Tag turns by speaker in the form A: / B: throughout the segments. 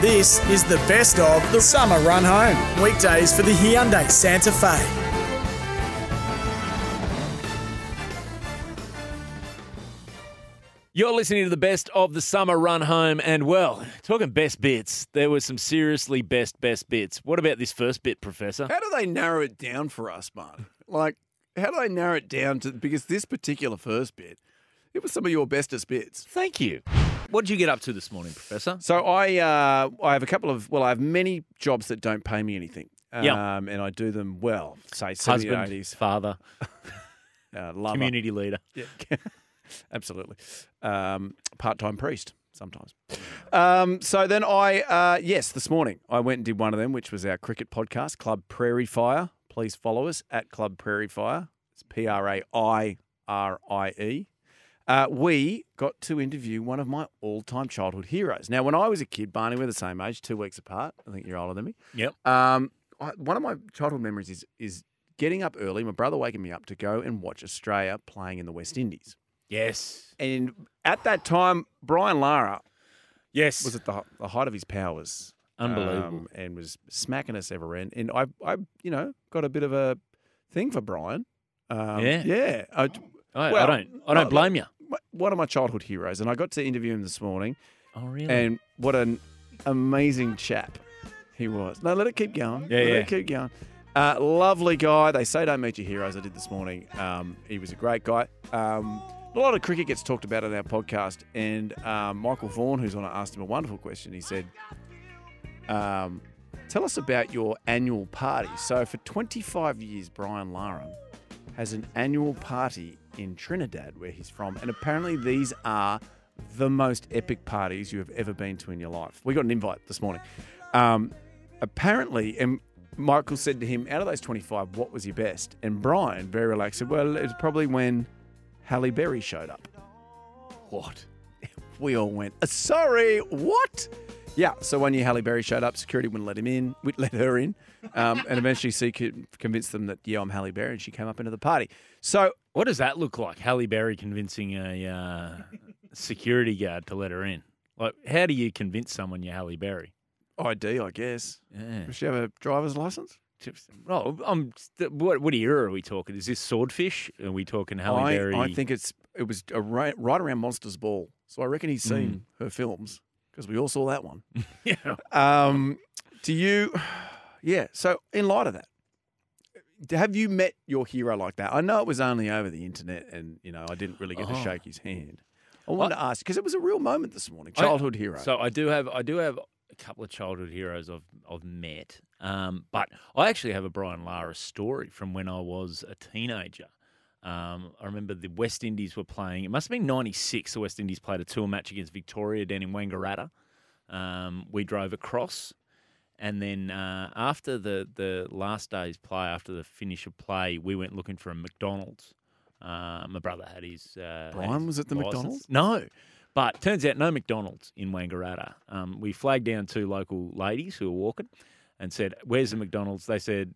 A: This is the best of the summer run home. Weekdays for the Hyundai Santa Fe.
B: You're listening to the best of the summer run home, and well, talking best bits, there were some seriously best best bits. What about this first bit, Professor?
C: How do they narrow it down for us, Mark? Like, how do they narrow it down to because this particular first bit, it was some of your bestest bits.
B: Thank you. What did you get up to this morning, Professor?
C: So I uh, I have a couple of well I have many jobs that don't pay me anything.
B: Yep.
C: Um, and I do them well. Say 70s,
B: Husband,
C: 80s,
B: father,
C: uh, lover.
B: community leader.
C: Absolutely. Um, Part time priest sometimes. Um, so then I, uh, yes, this morning I went and did one of them, which was our cricket podcast, Club Prairie Fire. Please follow us at Club Prairie Fire. It's P R A I R I E. Uh, we got to interview one of my all time childhood heroes. Now, when I was a kid, Barney, we're the same age, two weeks apart. I think you're older than me.
B: Yep.
C: Um, I, one of my childhood memories is is getting up early, my brother waking me up to go and watch Australia playing in the West Indies.
B: Yes.
C: And at that time, Brian Lara
B: Yes.
C: was at the, the height of his powers.
B: Unbelievable.
C: um, and was smacking us ever in. And I, I, you know, got a bit of a thing for Brian. Um,
B: Yeah?
C: Yeah. I,
B: I, I
C: well,
B: don't. I don't
C: no,
B: blame you.
C: my- one of my childhood heroes. And I got to interview him this morning.
B: Oh really?
C: And what an amazing chap he was. No, let it keep going.
B: Yeah,
C: let
B: yeah.
C: it keep going. Uh, lovely guy. They say don't meet your heroes. I did this morning. Um, he was a great guy. Um, a lot of cricket gets talked about on our podcast, and um, Michael Vaughan, who's on it, asked him a wonderful question. He said, um, "Tell us about your annual party." So, for 25 years, Brian Laram has an annual party in Trinidad, where he's from, and apparently these are the most epic parties you have ever been to in your life. We got an invite this morning. Um, apparently, and Michael said to him, out of those 25, what was your best? And Brian, very relaxed, said, well, it was probably when Halle Berry showed up. What? We all went, "Uh, sorry, what? Yeah, so one year Halle Berry showed up, security wouldn't let him in, would let her in, um, and eventually she could convince them that, yeah, I'm Halle Berry, and she came up into the party. So
B: what does that look like? Halle Berry convincing a uh, security guard to let her in. Like, how do you convince someone you're Halle Berry?
C: ID, I guess.
B: Yeah.
C: Does she have a driver's license?
B: Just- Oh, I'm. st- What, what era are we talking? Is this swordfish? Are we talking Halle
C: I,
B: Berry?
C: I think it's it was a right, right around Monsters Ball, so I reckon he's seen
B: Mm.
C: her films because we all saw that one.
B: Yeah.
C: Um, do you? Yeah. So in light of that, have you met your hero like that? I know it was only over the internet, and you know I didn't really get to
B: Oh.
C: shake his hand. I wanted to ask because it was a real moment this morning. Childhood hero.
B: So I do have I do have a couple of childhood heroes I've I've met, um, but I actually have a Brian Lara story from when I was a teenager. Um, I remember the West Indies were playing. It must have been '96. The West Indies played a tour match against Victoria down in Wangaratta. Um, we drove across, and then uh, after the the last day's play, after the finish of play, we went looking for a McDonald's. Uh, my brother had his. Uh, had
C: Brian
B: his
C: was at the
B: license.
C: McDonald's?
B: No. But turns out no McDonald's in Wangaratta. Um, we flagged down two local ladies who were walking and said, Where's the McDonald's? They said,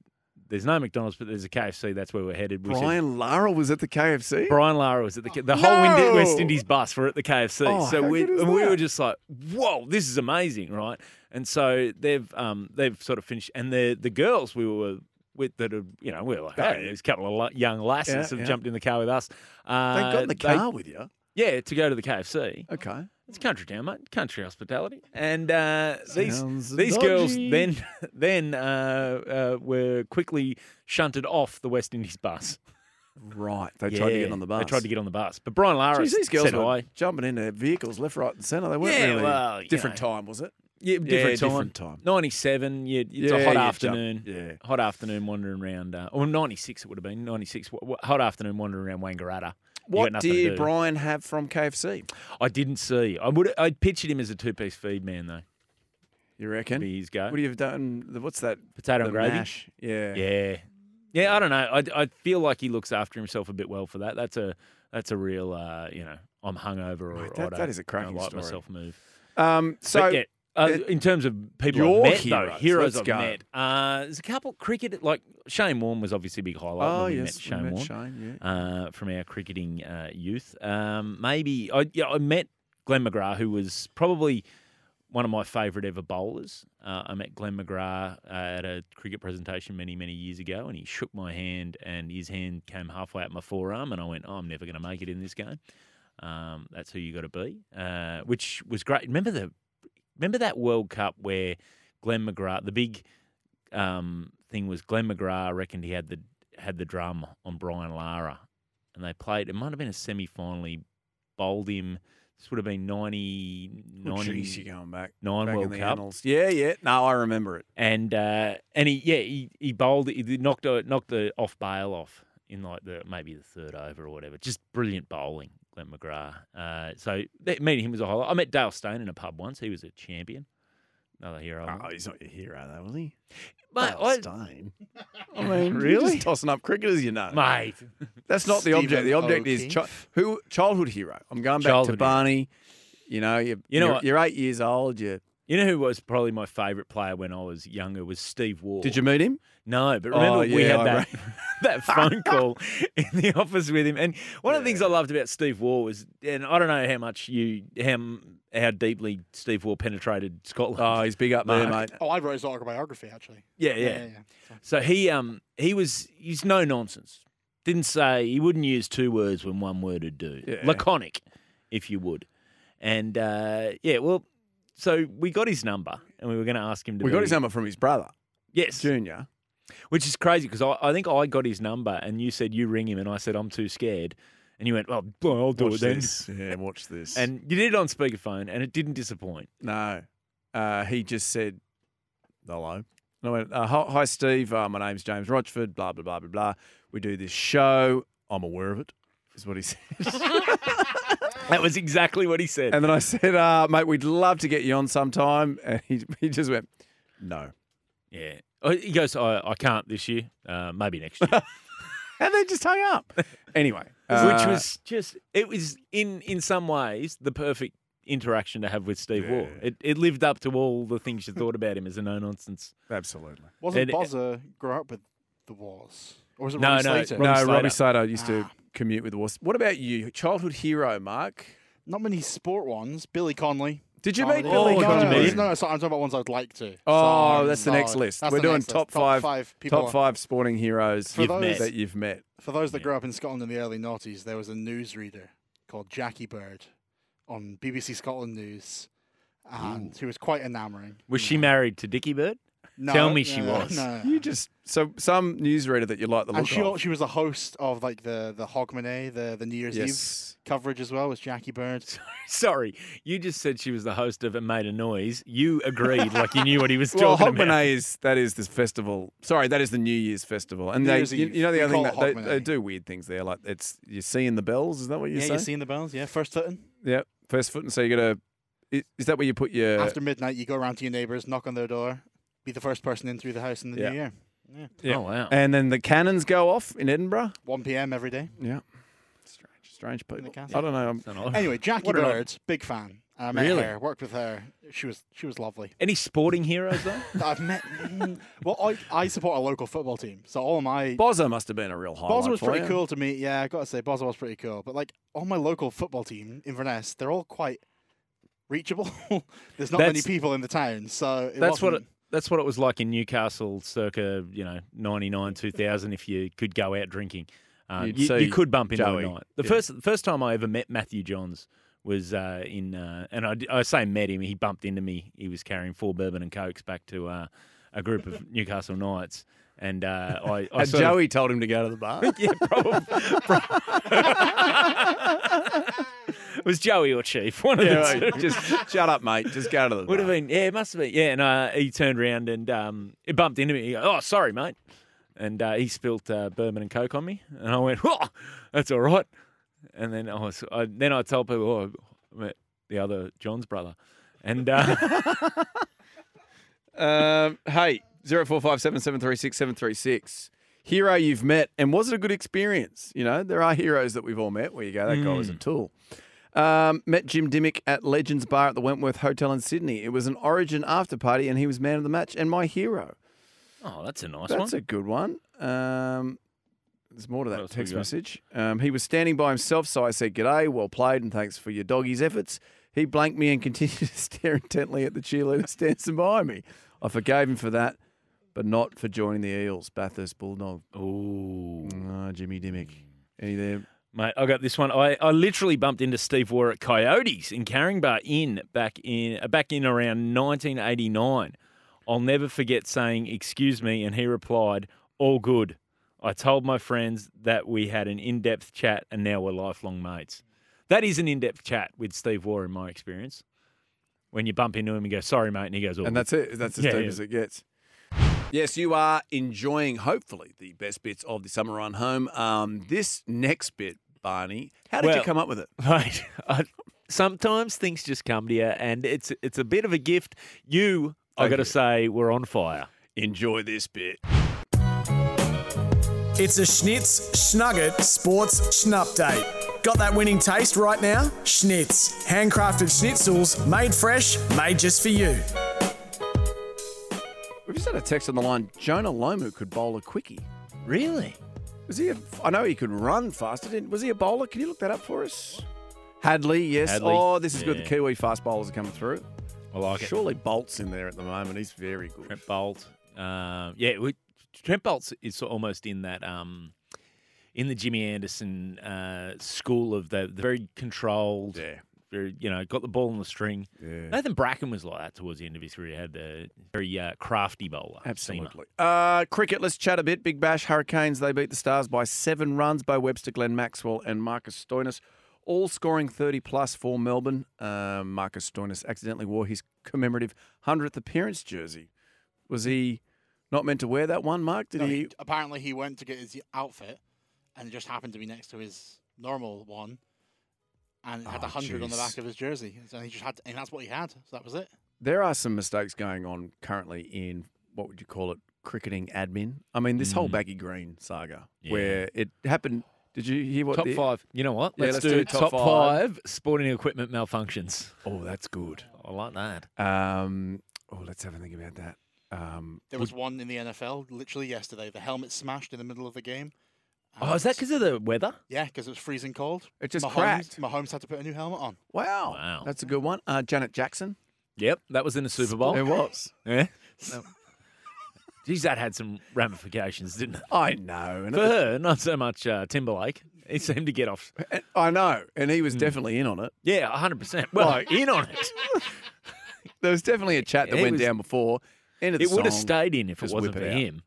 B: There's no McDonald's, but there's a KFC. That's where we're headed. We said,
C: Brian Lara was at the KFC.
B: Brian Lara was at the K- the whole Indi- West
C: No!
B: Indies bus were at the KFC.
C: Oh,
B: so
C: how
B: we
C: good is
B: and we
C: that?
B: were just like, whoa, this is amazing, right? And so they've um they've sort of finished, and the the girls we were with that are you know we were like,
C: Yeah.
B: hey, there's a couple of la- young lasses
C: Yeah,
B: have
C: yeah.
B: jumped in the car with us.
C: they
B: Uh,
C: got in
B: they-
C: the car with you.
B: yeah, to go to the KFC.
C: Okay.
B: It's country town, mate. Country hospitality. And uh, these
C: Sounds
B: these girls
C: dodgy.
B: then then uh, uh, were quickly shunted off the West Indies bus.
C: Right. They tried to get on the bus.
B: They tried to get on the bus, but Brian Lara
C: Jeez, these girls
B: said
C: were
B: hi.
C: jumping into vehicles left, right, and centre. They weren't
B: Yeah,
C: really
B: well, you
C: different
B: know.
C: time, was it?
B: Yeah, different
C: yeah,
B: time.
C: different time.
B: Ninety-seven. You, it's
C: Yeah,
B: a hot
C: you
B: afternoon.
C: jump, yeah.
B: hot afternoon wandering around. Uh, or ninety-six. It would have been ninety-six. wh- wh- hot afternoon wandering around Wangaratta. You got
C: What
B: nothing to
C: did
B: do.
C: Brian have from KFC?
B: I didn't see. I would. I pictured him as a two-piece feed man though.
C: You reckon?
B: Be his go.
C: What do you have done? the- What's that?
B: Potato
C: the
B: and gravy.
C: mash? Yeah.
B: Yeah. Yeah, I don't know. I, I feel like he looks after himself a bit well for that. That's a that's a real uh, you know I'm hungover or
C: Mate,
B: I
C: that-
B: don't-
C: that is a
B: don't
C: cracking
B: like
C: story.
B: myself move.
C: Um, so
B: but yeah, uh,
C: it-
B: in terms of people
C: Your
B: I've met though,
C: heroes,
B: heroes
C: let's
B: I've
C: go.
B: met. Uh, there's a couple cricket like Shane Warne was obviously a big highlight.
C: Oh
B: when we
C: yes,
B: met
C: we
B: Shane
C: met
B: Warne
C: Shane, yeah.
B: uh, from our cricketing uh, youth. Um, maybe I, yeah, I met Glenn McGrath, who was probably one of my favourite ever bowlers. Uh, I met Glenn McGrath uh, at a cricket presentation many, many years ago, and he shook my hand, and his hand came halfway up my forearm, and I went, oh, "I'm never going to make it in this game." Um, that's who you got to be, uh, which was great. Remember the, remember that World Cup where Glenn McGrath, the big um, thing was Glenn McGrath reckoned he had the had the drum on Brian Lara, and they played. It might have been a semi final. He bowled him. This would have been 90,
C: Oh,
B: 90
C: jeez, you're going back.
B: nine
C: back in
B: World
C: the
B: Cup.
C: annals. Yeah, yeah. No, I remember it.
B: and uh, and he yeah he, he bowled he knocked a, knocked the off bail off in like the maybe the third over or whatever. Just brilliant bowling, Glenn McGrath. Uh, so that, meeting him was a highlight. I met Dale Stone in a pub once. He was a champion. Another hero.
C: Oh, he's not your hero, though, was he?
B: Mate,
C: Oh,
B: I-
C: Stone. I mean, you're
B: Really?
C: just tossing up cricketers, you know.
B: mate,
C: That's not the object.
D: Stephen
C: The object is chi-
D: O'Keefe.
C: who childhood hero. I'm going back
B: Childhood
C: to
B: hero.
C: Barney. You know, you're,
B: You know
C: you're-
B: what?
C: you're eight years old. You
B: you know who was probably my favourite player when I was younger was Steve Waugh.
C: did you meet him?
B: No, but
C: Oh,
B: remember we
C: yeah,
B: had
C: I
B: that that phone call in the office with him. And one of the things I loved about Steve Waugh was, and I don't know how much you how m- how deeply Steve Waugh penetrated Scotland.
C: Oh, he's big up there,
B: Mark.
C: mate.
D: Oh, I wrote his autobiography actually.
B: yeah, yeah, So he um he was he's no nonsense. Didn't say he wouldn't use two words when one word would do.
C: Yeah.
B: Laconic, if you would. And uh, yeah, well, so we got his number, and we were going to ask him to.
C: We got
B: be-
C: his number from his brother,
B: Yes,
C: Junior.
B: Which is crazy because I, I think I got his number and you said you ring him and I said I'm too scared and you went well, well, I'll do
C: Watch
B: it then
C: this. Yeah, watch this.
B: and you did it on speakerphone and it didn't disappoint.
C: no, uh, he just said hello. And I went, uh, hi, hi, Steve. Uh, my name's James Rochford. Blah blah blah blah blah. We do this show. I'm aware of it. Is what he said.
B: That was exactly what he said.
C: And then I said, uh, mate, we'd love to get you on sometime. And he, he just went, no.
B: yeah, Oh, he goes I, I can't this year, uh, maybe next year,
C: And then just hung up. Anyway,
B: which
C: uh,
B: was just it was in in some ways the perfect interaction to have with Steve Waugh.
C: Yeah.
B: It, it lived up to all the things you thought about him as a no nonsense.
C: absolutely.
D: Wasn't
B: And-
D: Bozza grew up with the wars, or was it
B: No, no,
D: Ronnie Slater?
B: Ron-
C: no,
B: Slater.
C: Robbie Slater used to
D: Ah.
C: commute with the Wasps. What about you? Childhood hero, Mark?
D: Not many sport ones. Billy Conley.
C: Did you
D: Oh,
C: meet
D: no,
C: Billy
B: Oh,
D: no, no,
B: Conley.
D: no,
C: Connolly?
D: no, no, so I'm talking about ones I'd like to.
C: Oh,
D: So, um,
C: that's the
D: no,
C: next list.
D: that's
C: We're
D: the
C: doing
D: next list.
C: top
D: top
C: five-
D: five people.
C: Top five sporting heroes
D: For
B: You've those- met.
C: that you've met.
D: For those that
B: Yeah.
D: grew up in Scotland in the early noughties, there was a newsreader called Jackie Bird on BBC Scotland News, and who was quite enamouring.
B: Was
C: Mm.
B: she married to Dickie Bird?
D: No,
B: Tell me she
D: no,
B: was.
D: No.
C: You just so some newsreader that you like the look
D: and she, al-
C: of.
D: she was a host of like the the Hogmanay, the the New Year's
C: Yes.
D: Eve coverage as well. Was Jackie Bird?
B: Sorry, you just said she was the host of It Made a Noise. You agreed, like you knew what he was
C: Well,
B: talking about.
C: Hogmanay is that is this festival. Sorry, that is the New Year's festival, and
D: New
C: they
D: Year's
C: you,
D: Eve.
C: you know the
D: We
C: other thing
D: call
C: that
D: it
C: they, they
D: Hogmanay.
C: do weird things there, like it's you're seeing the bells. Is that what you
D: yeah,
C: say?
D: you seen the bells? Yeah, first footing.
C: Yep. First foot, and so you got to. Is, is that where you put your?
D: After midnight, you go around to your neighbours, knock on their door, be the first person in through the house in the
C: Yeah.
D: New Year.
C: Yeah.
B: Oh wow!
C: and then the cannons go off in Edinburgh.
D: 1 p.m. every day.
C: Yeah. Strange, strange people.
D: castle.
C: I don't know. um, I'm-
B: It's an odd-
D: Anyway, Jackie
B: What an odd-
D: Bird, big fan. I met
B: Really?
D: her, worked with her. She was she was lovely.
B: Any sporting heroes though?
D: I've met. mm, well, I, I support a local football team, so all my
C: Bozza must have been a real highlight.
D: Boswell was
C: for
D: pretty
C: you.
D: cool to me. Yeah, I gotta say, Boswell was pretty cool. But like on my local football team, Inverness, they're all quite reachable. There's not many
B: That's-
D: people in the town, so it
B: that's what it,
D: wasn't-
B: that's what it was like in Newcastle, circa you know ninety nine two thousand. If you could go out drinking, um,
C: You'd
B: you,
C: see
B: you could bump into
C: Joey.
B: a night. The
C: Yeah.
B: first the first time I ever met Matthew Johns was uh, in, uh, and I, d- I say met him. He bumped into me. He was carrying four bourbon and cokes back to uh, a group of Newcastle Knights, and uh, I, I
C: And
B: sort of-
C: Joey told him to go to the bar.
B: yeah, probably. it was Joey or Chief, one of the two.
C: yeah, just shut up, mate. Just go to the bar.
B: Would have been, yeah, it must have been, yeah. And uh, he turned around and um, it bumped into me. He goes, oh, sorry, mate. And uh, he spilt uh, bourbon and coke on me, and I went, "Whoa, that's all right." And then I was, I, then I told people, "Oh, I met the other John's brother," and uh,
C: Um, hey, zero four five seven seven three six seven three six. Hero you've met, and was it a good experience? You know, there are heroes that we've all met where you go, that guy was a tool. Um, met Jim Dimmick at Legends Bar at the Wentworth Hotel in Sydney. It was an Origin after party, and he was man of the match and my hero.
B: oh, that's a nice
C: That's
B: one.
C: a good one. Um, There's more to that
B: else we
C: text
B: got?
C: message. Um, he was standing by himself, so I said, G'day, well played, and thanks for your doggy's efforts. He blanked me and continued to stare intently at the cheerleaders dancing by me. I forgave him for that, but not for joining the Eels, Bathurst Bulldog.
B: Oh. Ooh.
C: Ah, Jimmy Dimmick. Any there?
B: Mate, I got this one. I, I literally bumped into Steve Waugh at Coyotes in Carringbar Inn back in uh, back in around 1989. I'll never forget saying "Excuse me," and he replied, "All good." I told my friends that we had an in-depth chat, and now we're lifelong mates. That is an in-depth chat with Steve Waugh, in my experience. When you bump into him and go, "Sorry, mate," and he goes, "All
C: And
B: good."
C: that's it. That's as
B: Yeah,
C: deep
B: yeah.
C: as it gets. Yes, you are enjoying, hopefully, the best bits of the summer run home. Um, this next bit, Barney, how did you
B: Well-
C: come up with it?
B: Mate, I, sometimes things just come to you, and it's it's a bit of a gift. You, I
C: Thank
B: got
C: you.
B: to say, we're on fire.
C: Enjoy this bit.
A: It's a Schnitz Schnugget Sports Schnupdate. Got that winning taste right now? Schnitz. Handcrafted schnitzels, made fresh, made just for you.
C: We've just had a text on the line. Jonah Lomu could bowl a quickie.
B: Really?
C: Was he? A, I know he could run faster. Didn't, was he a bowler? Can you look that up for us? Hadley, yes.
B: Hadley.
C: Oh, this is good. The
B: Yeah.
C: Kiwi fast bowlers are coming through.
B: I like it.
C: Surely Bolt's in there at the moment. He's very good.
B: Trent Bolt. Um, yeah, we, Trent Bolt is almost in that um, in the Jimmy Anderson uh, school of the, the very controlled.
C: Yeah.
B: Very, you know, got the ball on the string.
C: Yeah.
B: Nathan Bracken was like that towards the end of his career. He had the very uh, crafty bowler. seamer.
C: Absolutely. Uh, cricket, let's chat a bit. Big Bash, Hurricanes, they beat the Stars by seven runs by Webster, Glenn Maxwell, and Marcus Stoinis, all scoring 30 plus for Melbourne. Uh, Marcus Stoinis accidentally wore his commemorative 100th appearance jersey. Was he not meant to wear that one, Mark? Did
D: No,
C: he?
D: he- apparently, he went to get his outfit, and it just happened to be next to his normal one, and it had
C: Oh,
D: a hundred on the
C: jeez.
D: back of his jersey. So he just had, and that's what he had. So that was it.
C: There are some mistakes going on currently in what would you call it? Cricketing admin. I mean, this whole baggy green saga
B: Yeah.
C: where it happened. Did you hear what
B: Top
C: the-
B: five. You know what?
C: Yeah,
B: Let's,
C: let's
B: do,
C: do
B: top
C: top five.
B: five sporting equipment malfunctions.
C: Oh, that's good.
B: I like that.
C: Um, oh, let's have a think about that. Um,
D: There was one in the NFL literally yesterday. The helmet smashed in the middle of the game.
B: Oh, is that because of the weather?
D: Yeah, because it was freezing cold.
C: It just
D: Mahomes,
C: cracked.
D: Mahomes had to put a new helmet on.
C: Wow,
B: Wow.
C: that's a good one. Uh, Janet Jackson.
B: Yep, that was in the Super Bowl.
C: was.
B: Yeah. Geez, that had some ramifications, didn't it?
C: I know, and
B: For her, not so much uh, Timberlake. He seemed to get off.
C: and- I know, and he
B: Hmm.
C: was definitely in on it.
B: Yeah, 100%. Well, in on it.
C: There was definitely a chat that
B: He
C: went
B: was-
C: down before. End of the
B: It would have
C: song.
B: stayed in if it
C: Just
B: wasn't for
C: whip it out.
B: him.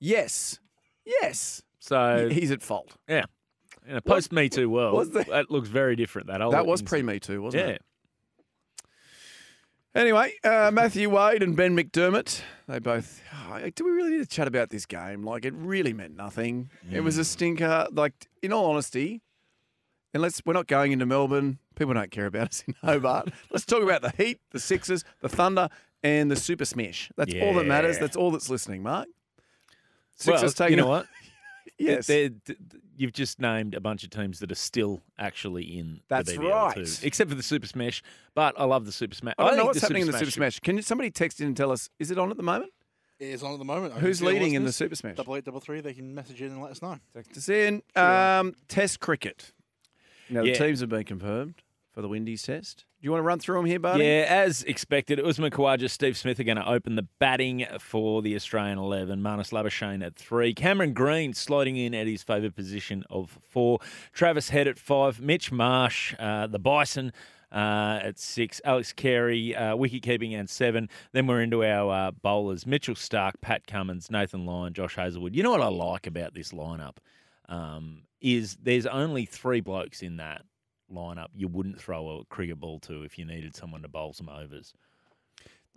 C: Yes, yes.
B: So,
C: He's at fault.
B: yeah. In a post Me Too world,
C: was the-
B: that looks very different. That old
C: That was
B: incident.
C: pre Me Too, wasn't
B: Oh, Yeah.
C: it? Anyway, uh, Matthew Wade and Ben McDermott, they both. oh, do we really need to chat about this game? Like, it really meant nothing. It was a stinker. Like, in all honesty, unless we're not going into Melbourne, people don't care about us in Hobart. Let's talk about the Heat, the Sixers, the Thunder, and the Super Smash. That's all that matters.
B: Yeah.
C: That's all that's listening, Mark.
B: Well,
C: Sixers taking
B: you know what?
C: Yes.
B: They're- th- th- you've just named a bunch of teams that are still actually in
C: That's
B: the BBL too,
C: right.
B: except for the Super Smash. But I love the Super Smash.
C: I don't know
B: think
C: what's happening in the
B: Smash
C: Super Smash. Can you, somebody text in and tell us? Is it on at the moment?
D: It is on at the moment. I can
C: Who's
D: see the
C: leading in the
D: listeners.
C: Super Smash?
D: Double eight, double three. They can message in and let us know.
C: Text us in. Um, test cricket. Now,
B: Yeah.
C: the teams have been confirmed for the Windies test. Do you want to run through them here, buddy?
B: Yeah, as expected, Usman Khawaja, Steve Smith are going to open the batting for the Australian 11. Marnus Labuschagne at three. Cameron Green sliding in at his favourite position of four. Travis Head at five. Mitch Marsh, uh, the Bison. Uh, at six, Alex Carey, uh, wicket keeping at seven. Then we're into our uh, bowlers Mitchell Stark, Pat Cummins, Nathan Lyon, Josh Hazelwood. You know what I like about this lineup um, is there's only three blokes in that lineup you wouldn't throw a cricket ball to if you needed someone to bowl some overs.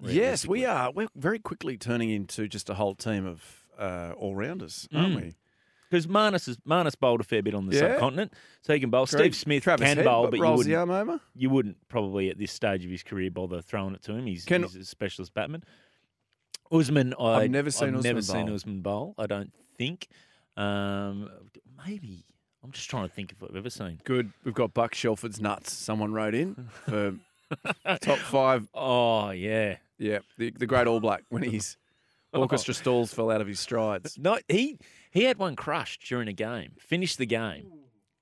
C: Yes, we
B: realistically.
C: are. We're very quickly turning into just a whole team of uh, all rounders, aren't
B: Mm.
C: we?
B: Because Marnus, is, Marnus bowled a fair bit on the
C: Yeah.
B: subcontinent, so he can bowl.
C: Correct.
B: Steve Smith
C: Travis
B: can
C: Head,
B: bowl,
C: but
B: but, you,
C: rolls the
B: wouldn't,
C: arm over.
B: you wouldn't probably at this stage of his career bother throwing it to him. He's,
C: Can-
B: he's a specialist batman. Usman, I,
C: I've never seen
B: I've never
C: Usman
B: seen
C: bowl.
B: Usman bowl, I don't think. Um, maybe. I'm just trying to think if I've ever seen.
C: Good. We've got Buck Shelford's nuts. Someone wrote in for top five.
B: Oh, yeah.
C: Oh. Yeah, the, the great All Black when his orchestra stalls fell out of his strides.
B: No, he He had one crushed during a game. Finished the game.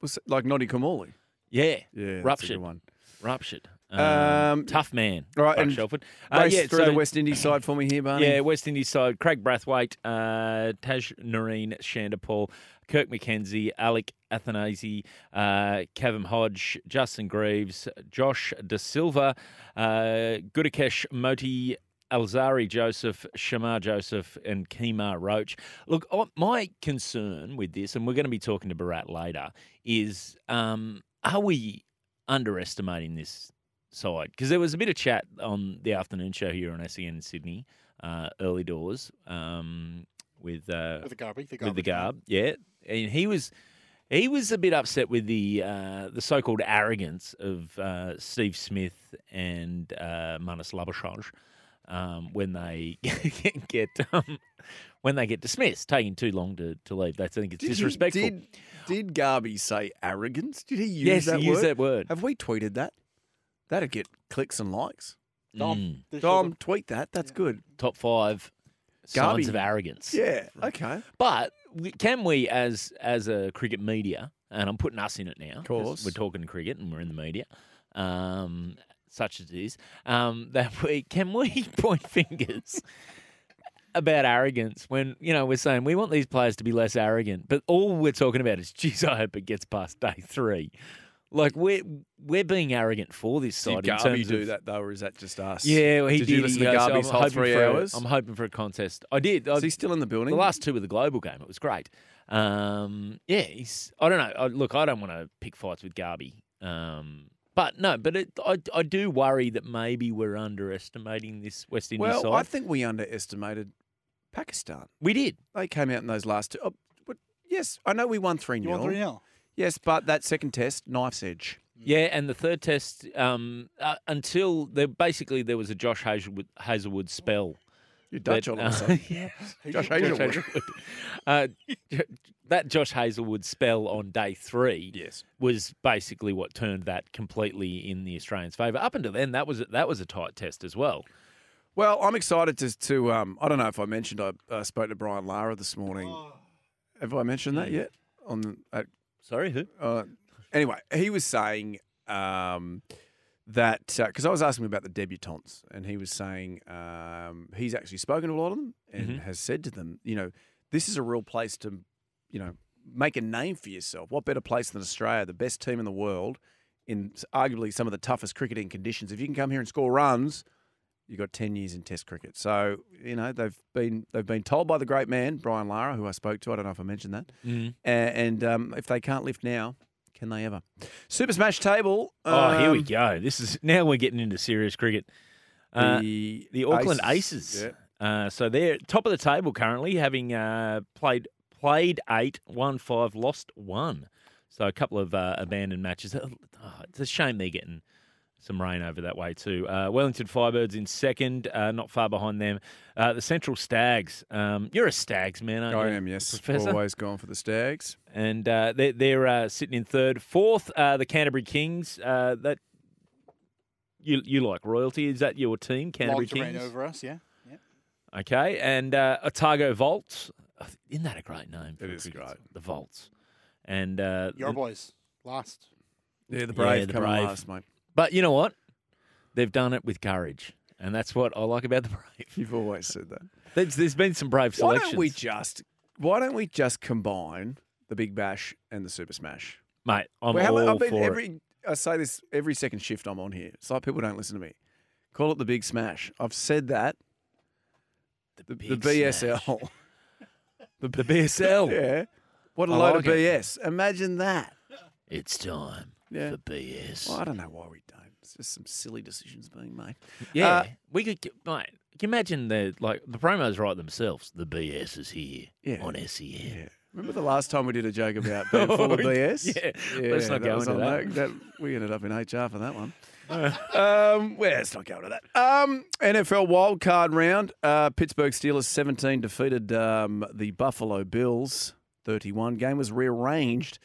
C: Was it like Noddy Kamali.
B: Yeah.
C: Yeah, that's a
B: Ruptured.
C: good one.
B: Ruptured. Um,
C: Um,
B: tough man.
C: all right,
B: Buck
C: and
B: Shelford. Uh,
C: Race
B: yeah,
C: through
B: so-
C: the West Indies side for me here, Barney.
B: Yeah, West Indies side. Craig Brathwaite, uh, Taj Noreen Shandapal, Kirk McKenzie, Alec Athanasi, uh, Cavum Hodge, Justin Greaves, Josh De Silva, uh, Gudakesh Moti, Alzari Joseph, Shamar Joseph, and Kemar Roach. Look, I, my concern with this, and we're going to be talking to Barat later, is um, are we underestimating this side? Because there was a bit of chat on the afternoon show here on SEN in Sydney uh, early doors um, with uh,
D: With the Garby. The
B: with the
D: Garby.
B: garb, yeah, and he was he was a bit upset with the uh, the so called arrogance of uh, Steve Smith and uh, Manus Labuschagne um, when they get um, when they get dismissed, taking too long to, to leave. They think it's
C: Did he-
B: disrespectful.
C: did, did Garby say arrogance? Did he use
B: yes,
C: that
B: he
C: word?
B: used that word.
C: Have we tweeted that? That'd get clicks and likes.
D: Dom.
B: Mm.
D: Digital
C: Dom, tweet that. That's good.
B: Top five
C: Garby.
B: signs of arrogance.
C: Yeah. Okay.
B: But we- can we, as as a cricket media, and I'm putting us in it now, 'cause
C: Course.
B: we're talking cricket and we're in the media, um, such as it is, um, that we can we point fingers about arrogance when you know we're saying we want these players to be less arrogant, but all we're talking about is, geez, I hope it gets past day three. Like we're we're being arrogant for this side.
C: Did
B: in
C: Garby
B: terms
C: do
B: of,
C: that though, or is that just us?
B: Yeah, well, he
C: Did
B: did.
C: you listen
B: He
C: to
B: goes,
C: Garby's
B: "I'm
C: whole
B: hoping
C: three
B: for a-
C: hours?"
B: I'm hoping for a contest. I did. I,
C: Is he still in the building?
B: the last two were the global game. It was great. Um, yeah, he's. I don't know. I, look, I don't want to pick fights with Garby. Um, but no, but it, I, I do worry that maybe we're underestimating this West Indies
C: well,
B: side.
C: I think we underestimated Pakistan.
B: we did.
C: They came out in those last two. Oh, but yes, I know we won three
D: You want 3
C: nil.
D: 0?
C: Yes, but that second test, knife's edge.
B: Yeah, and the third test, um, uh, until there basically there was a Josh Hazelwood, Hazelwood spell.
C: You're Dutch
B: that,
C: all of a
B: uh,
C: sudden.
B: yeah. Josh
C: Josh Hazelwood.
B: Hazelwood. uh, J- that Josh Hazelwood spell on day three
C: Yes.
B: was basically what turned that completely in the Australians' favour. Up until then, that was that was a tight test as well.
C: Well, I'm excited to. to um, I don't know if I mentioned I uh, spoke to Brian Lara this morning. Have I mentioned that yet? On the- at
B: Sorry, who?
C: uh, anyway, he was saying um, that because I was asking him about the debutantes, and he was saying um, he's actually spoken to a lot of them and
B: Mhm.
C: has said to them, you know, this is a real place to, you know, make a name for yourself. What better place than Australia, the best team in the world, in s- arguably some of the toughest cricketing conditions? If you can come here and score runs. You've got ten years in Test cricket, so you know they've been they've been told by the great man Brian Lara, who I spoke to. I don't know if I mentioned that
B: Mm-hmm.
C: a- and um, if they can't lift now, can they ever? Super Smash Table.
B: oh, here we
C: um,
B: go. This is now we're getting into serious cricket. Uh,
C: The,
B: the Auckland Aces.
C: Yeah.
B: Uh, so they're top of the table currently, having uh, played played eight, won five, lost one. So a couple of uh, abandoned matches. Oh, it's a shame they're getting some rain over that way too. Uh, Wellington Firebirds in second, uh, not far behind them. Uh, the Central Stags. Um, you're a Stags man, aren't
C: I
B: you?
C: am, yes.
B: Professor?
C: Always gone for the Stags.
B: and uh, they're, they're uh, sitting in third, fourth. Uh, the Canterbury Kings. Uh, that you you like royalty? Is that your team, Canterbury
D: Logged the rain
B: Kings?
D: over us, yeah. yeah.
C: Mm.
B: Okay, and uh, Otago Vaults. Isn't that a great name? for
C: It
B: a
C: is
B: cricket
C: great.
B: team? The Vaults, and uh,
D: Your
B: the-
D: boys. Last.
C: Yeah, the
B: Brave
C: Brave
B: the
C: come
B: Brave.
C: last, mate.
B: but you know what? They've done it with courage, and that's what I like about the brave.
C: You've always said that.
B: There's, there's been some brave
C: Why
B: selections.
C: don't we just Why don't we just combine the Big Bash and the Super Smash?
B: mate? I'm
C: Well, how
B: all
C: about- I've been
B: for
C: every.
B: it.
C: I say this every second shift I'm on here. It's like people don't listen to me. Call it the Big Smash. I've said that. The, the
B: Big
C: BSL.
B: Smash. The, BSL.
C: Yeah. What a
B: I
C: load
B: like
C: of
B: it.
C: BS. Imagine that.
B: It's time
C: Yeah.
B: for BS.
C: Well, I don't know why we don't. It's just some silly decisions being made.
B: Yeah,
C: Uh,
B: we could, get- mate. Can you imagine the like the promos right themselves? The BS is here
C: Yeah.
B: on E SEN.
C: Remember the last time we did a joke about being full of BS?
B: Oh, Yeah, let's not
C: that
B: go
C: was
B: into
C: on
B: that. Uh.
C: that- We ended up in HR for that one. um, well, let's not go into that. Um, NFL wildcard round. Uh, Pittsburgh Steelers 17 defeated um, the Buffalo Bills 31. Game was rearranged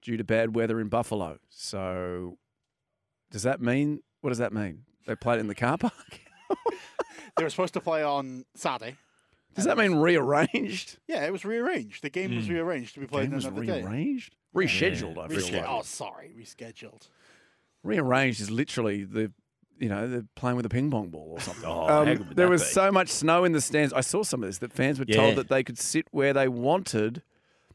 C: due to bad weather in Buffalo. So does that mean, what does that mean? They played in the car park?
D: They were supposed to play on Saturday.
C: Does that mean rearranged?
D: Yeah, it was rearranged. The game
B: Mm.
D: was rearranged to be played
C: Game was
D: another day.
C: rearranged? Rescheduled, I feel
D: Rescheduled.
C: like.
D: Oh, sorry, rescheduled.
C: Rearranged is literally the, you know, the playing with a ping pong ball or something.
B: Oh, how good
C: Um,
B: would
C: there
B: that
C: was
B: be?
C: so much snow in the stands. I saw some of this that fans were
B: Yeah.
C: told that they could sit where they wanted.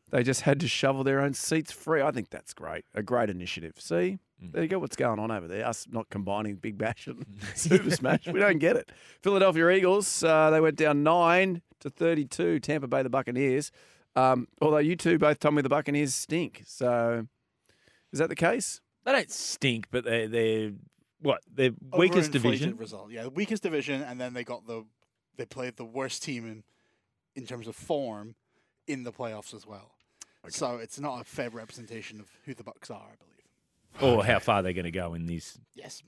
C: They just had to shovel their own seats free. I think that's great. A great initiative. See,
B: Mm.
C: there you go. What's going on over there? Us not combining Big Bash and Super Smash. We don't get it. Philadelphia Eagles. Uh, they went down nine to thirty-two. Tampa Bay the Buccaneers. Um, although you two both told me the Buccaneers stink. So, is that the case?
B: They don't stink, but they they're what their weakest
D: Overinflated
B: division.
D: result. Yeah, the weakest division, and then they got the they played the worst team in in terms of form in the playoffs as well. So it's not a fair representation of who the Bucks are, I believe.
B: or how far they're going to go in this.
D: Yes.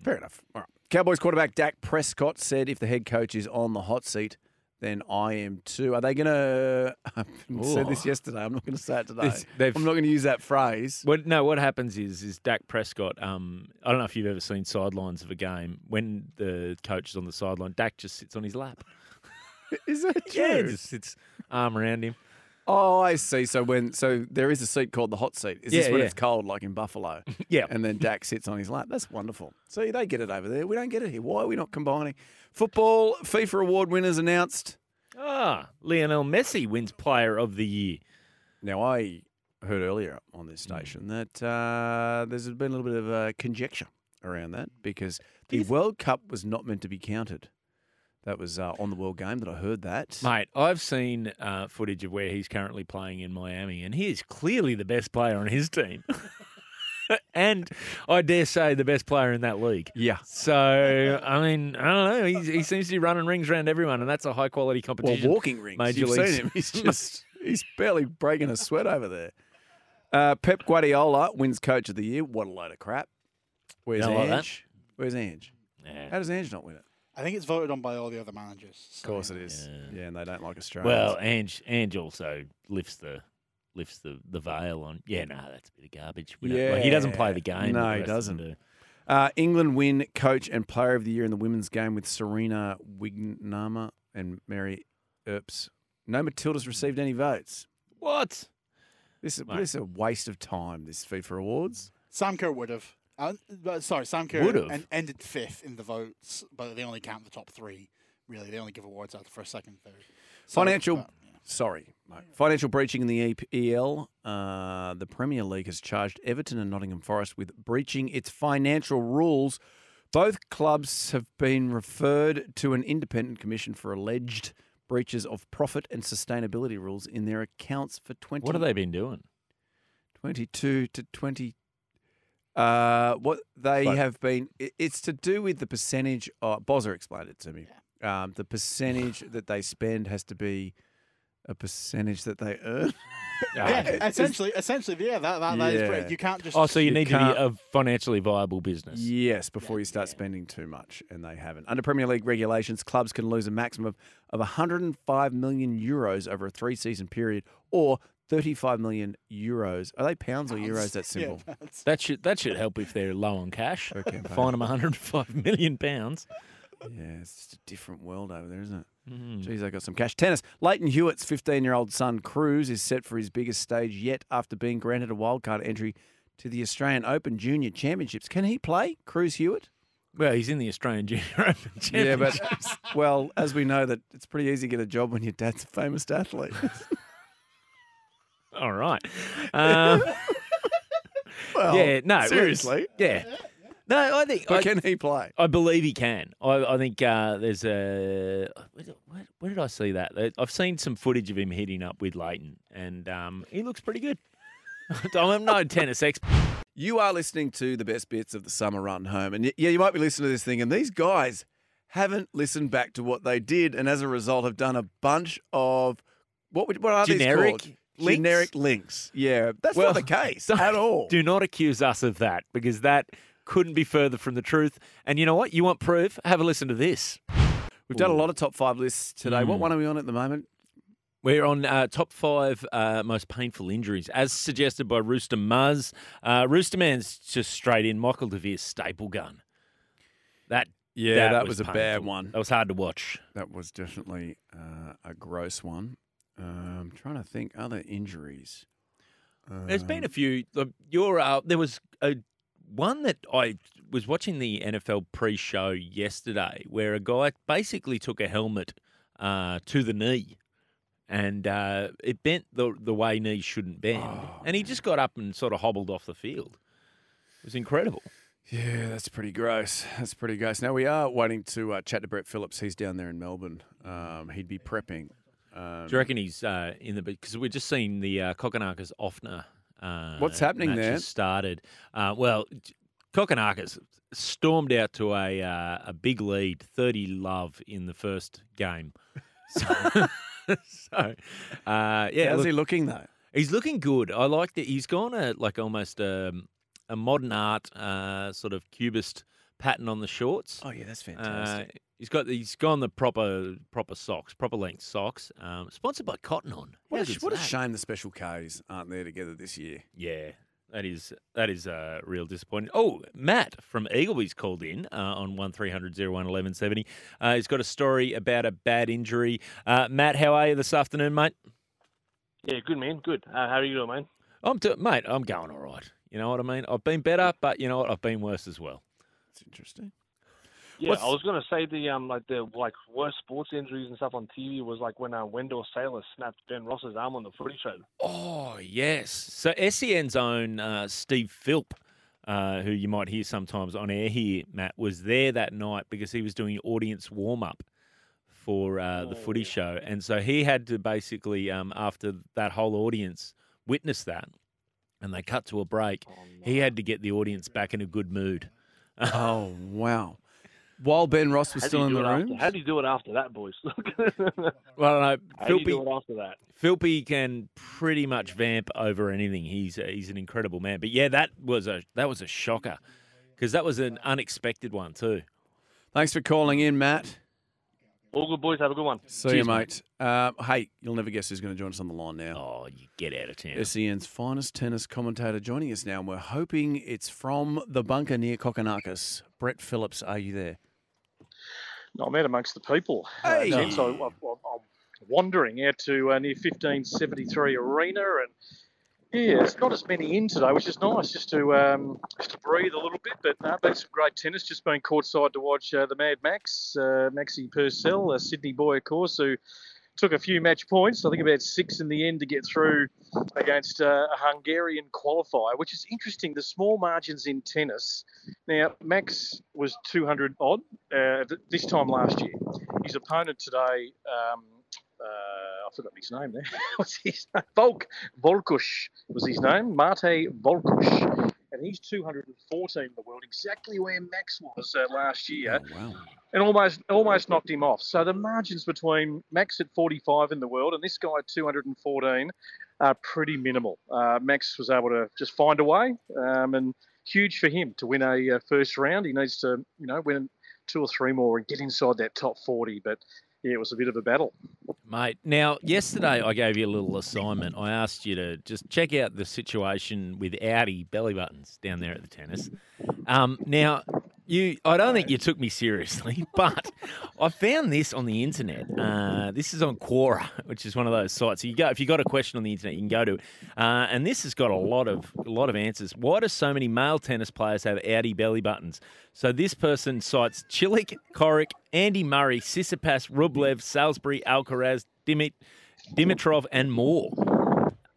C: Fair enough. All right. Cowboys quarterback Dak Prescott said if the head coach is on the hot seat, then I am too. Are they going to? I said this
B: Ooh.
C: yesterday. I'm not going to say it today.
B: This- they've-
C: I'm not going to use that phrase.
B: What no, what happens is is Dak Prescott. Um, I don't know if you've ever seen sidelines of a game when the coach is on the sideline. Dak just sits on his lap.
C: Is that true?
B: Yeah, just sits arm around him.
C: Oh, I see. So when so there is a seat called the hot seat. Is this
B: Yeah,
C: when
B: yeah.
C: it's cold, like in Buffalo?
B: Yeah.
C: And then Dak sits on his lap. That's wonderful. See, they get it over there. We don't get it here. Why are we not combining? Football FIFA award winners announced.
B: Ah, Lionel Messi wins Player of the Year.
C: Now, I heard earlier on
B: Mm.
C: this station that uh, there's been a little bit of uh, conjecture around that because the World Cup was not meant to be counted. That was uh, on the World Game that I heard that.
B: Mate, I've seen uh, footage of where he's currently playing in Miami, and he is clearly the best player on his team. and I dare say the best player in that league.
C: Yeah.
B: So, I mean, I don't know. He's, he seems to be running rings around everyone, and that's a high quality
C: Well,
B: competition.
C: walking rings.
B: Major
C: You've
B: leagues.
C: seen him. He's just he's barely breaking a sweat over there. Uh, Pep Guardiola wins Coach of the Year. What a load of crap. Where's
B: Don't like that.
C: Ange? Where's Ange?
B: Yeah.
C: How does Ange not win it?
D: I think it's voted on by all the other managers.
C: Of course it is. Yeah, and they don't like Australia.
B: Well, Ange, Ange also lifts the lifts the, the veil on. Yeah, no, that's a bit of garbage. We don't, like, he doesn't play the
C: Yeah.
B: game.
C: No,
B: that the rest
C: he
B: of them
C: doesn't.
B: do.
C: Uh, England win coach and player of the year in the women's game with Serena Wignama and Mary Earps. No Matildas received any votes.
B: What?
C: This is,
B: Mate.
C: this is a waste of time, this FIFA Awards.
D: Sam Kerr would have. Uh, but sorry, Sam Kerr
B: Would've?
D: en- ended fifth in the votes, but they only count the top three. Really, they only give awards out for a second, third. So,
C: Financial-
D: uh, yeah.
C: Sorry. mate. Financial breaching in the E- EL. Uh, the Premier League has charged Everton and Nottingham Forest with breaching its financial rules. Both clubs have been referred to an independent commission for alleged breaches of profit and sustainability rules in their accounts for 20
B: What have they been doing?
C: 22 to 20 uh what they
B: Right.
C: have been i- it's to do with the percentage uh Bozza explained it to me um the percentage that they spend has to be a percentage that they earn
D: Yeah, essentially, essentially, yeah, that, that, that is
C: Yeah.
D: pretty- You can't just.
B: Oh, so you,
C: You
B: need to
C: can't-
B: be a financially viable business.
C: yes before you start spending too much and they haven't under premier league regulations clubs can lose a maximum of, of 105 million euros over a three season period or 35 million euros are they pounds or euros that
D: Yeah,
C: simple
D: that's-
B: That should that should help if they're low on cash.
C: Okay, mate.
B: Fine them 105 million pounds.
C: Yeah, it's just a different world over there, isn't it? Geez, I got some cash. Tennis. Leighton Hewitt's 15-year-old son Cruz is set for his biggest stage yet after being granted a wildcard entry to the Australian Open Junior Championships. Can he play, Cruz Hewitt?
B: Well, he's in the Australian Junior Open
C: Yeah,
B: Championship.
C: but well, as we know that it's pretty easy to get a job when your dad's a famous athlete.
B: All right. Um,
C: well,
B: yeah, no. well,
C: seriously.
B: Yeah. No, I think I,
C: But can he play?
B: I believe he can. I, I think uh, there's a where, where did I see that? Uh, I've seen some footage of him hitting up with Leighton, and um, he looks pretty good. I'm no tennis expert.
C: You are listening to the best bits of the summer run home. And y- yeah, you might be listening to this thing, and these guys haven't listened back to what they did, and as a result, have done a bunch of what, would, what are
B: Generic
C: these called?
B: links?
C: Generic links. Yeah, that's
B: Well,
C: not the case
B: don't-
C: at all.
B: Do not accuse us of that because that couldn't be further from the truth. And you know what? You want proof? Have a listen to this.
C: We've done a lot of top five lists today.
B: Hmm.
C: What one are we on at the moment?
B: We're on uh, top five uh, most painful injuries, as suggested by Rooster Muzz. Uh, Rooster Man's just straight in Michael DeVere's staple gun. That
C: Yeah, that, was, a bad
B: painful. Oh.
C: one.
B: That was hard to watch.
C: That was definitely uh, a gross one. Um, I'm trying to think other injuries.
B: There's been a few. Look, You're, uh, there was a one that I was watching the NFL pre-show yesterday, where a guy basically took a helmet uh, to the knee, and uh, it bent the the way knees shouldn't bend, and he just got up and sort of hobbled off the field. It was incredible.
C: Yeah, that's pretty gross. That's pretty gross. Now we are waiting to uh, chat to Brett Phillips. He's down there in Melbourne. Um, he'd be prepping. Um,
B: Do you reckon he's uh, in the because we're just seeing the uh, Kokonakis Offner? Uh,
C: What's happening
B: match
C: there?
B: has Started. Uh, well, J- Kokonakis stormed out to a uh, a big lead, thirty love in the first game. So, so uh, yeah,
C: How's
B: look,
C: he looking though?
B: he's looking good. I like that he's gone a like almost um, a modern art uh, sort of cubist pattern on the shorts.
C: Oh yeah, that's
B: Uh, he's got he's gone the proper proper socks, proper length socks. Um, sponsored by Cotton On.
C: what
B: How
C: a,
B: good's
C: what a
B: that?
C: shame the special Ks aren't there together this year.
B: Yeah, that is that is a uh, real disappointment. Oh, Matt from Eagleby's called in uh, on one 1170 Uh, he's got a story about a bad injury. Uh, Matt, how are you this afternoon, mate?
E: Yeah, good man, good. Uh, how are you doing, man?
B: I'm do- mate. I'm going all right. You know what I mean? I've been better, but you know what? I've been worse as well.
C: That's interesting.
E: Yeah,
C: What's-
E: I was gonna say the um like the like worst sports injuries and stuff on TV was like when uh, Wendell Sailor snapped Ben Ross's arm on the footy show.
B: Oh yes. So SEN's own uh, Steve Philp, uh, who you might hear sometimes on air here, Matt, was there that night because he was doing audience warm up for uh, the footy
E: Oh.
B: show, and so he had to basically um, after that whole audience witness that, and they cut to a break.
E: Oh,
B: He had to get the audience back in a good mood.
C: Oh wow! While Ben Ross was
E: How do
C: still
E: you
C: in
E: do
C: the
E: it after-
C: room,
E: How do you do it after that, boys?
B: Well, no,
E: how do you do
B: Philpy,
E: it after that?
B: Philpy can pretty much vamp over anything. He's he's an incredible man. But yeah, that was a that was a shocker because that was an unexpected one too.
C: thanks for calling in, Matt.
E: All good, boys. Have a good one.
C: See you,
B: Cheers,
C: mate. Uh, hey, you'll never guess who's going to join us on the line now.
B: Oh, you get out of town.
C: SEN's finest tennis commentator joining us now, and we're hoping it's from the bunker near Kokonakis. Brett Phillips, are you there?
F: No, I'm out amongst the people.
C: Hey.
F: Uh, gents, I, I, I'm wandering out to uh, near 1573 Arena, and yeah, it's not as many in today, which is nice, just to um, just to breathe a little bit. But uh, been some great tennis. Just been courtside to watch uh, the Mad Max, uh, Maxi Purcell, a Sydney boy, of course, who took a few match points. I think about six in the end to get through against uh, a Hungarian qualifier, which is interesting. The small margins in tennis. Now, Max was 200 odd uh, th- this time last year. His opponent today, um, uh, I forgot his name there. What's his name? Volk Volkush was his name. Mate Volkush. And he's 214 in the world, exactly where Max was uh, last year
C: Oh, wow.
F: and almost almost knocked him off. So the margins between Max at 45 in the world and this guy at 214 are pretty minimal. Uh, Max was able to just find a way, um, and huge for him to win a uh, first round. He needs to you know win two or three more and get inside that top 40. But yeah, it was a bit of a battle.
B: Mate, now, yesterday I gave you a little assignment. I asked you to just check out the situation with Audi belly buttons down there at the tennis. Um, now, you, I don't think you took me seriously, but I found this on the internet. Uh, this is on Quora, which is one of those sites. You go if you got a question on the internet, you can go to it. Uh, and this has got a lot of a lot of answers. Why do so many male tennis players have outy belly buttons? So this person cites Chilik, Corrick, Andy Murray, Sissipas, Rublev, Salisbury, Alcaraz, Dimit, Dimitrov, and more.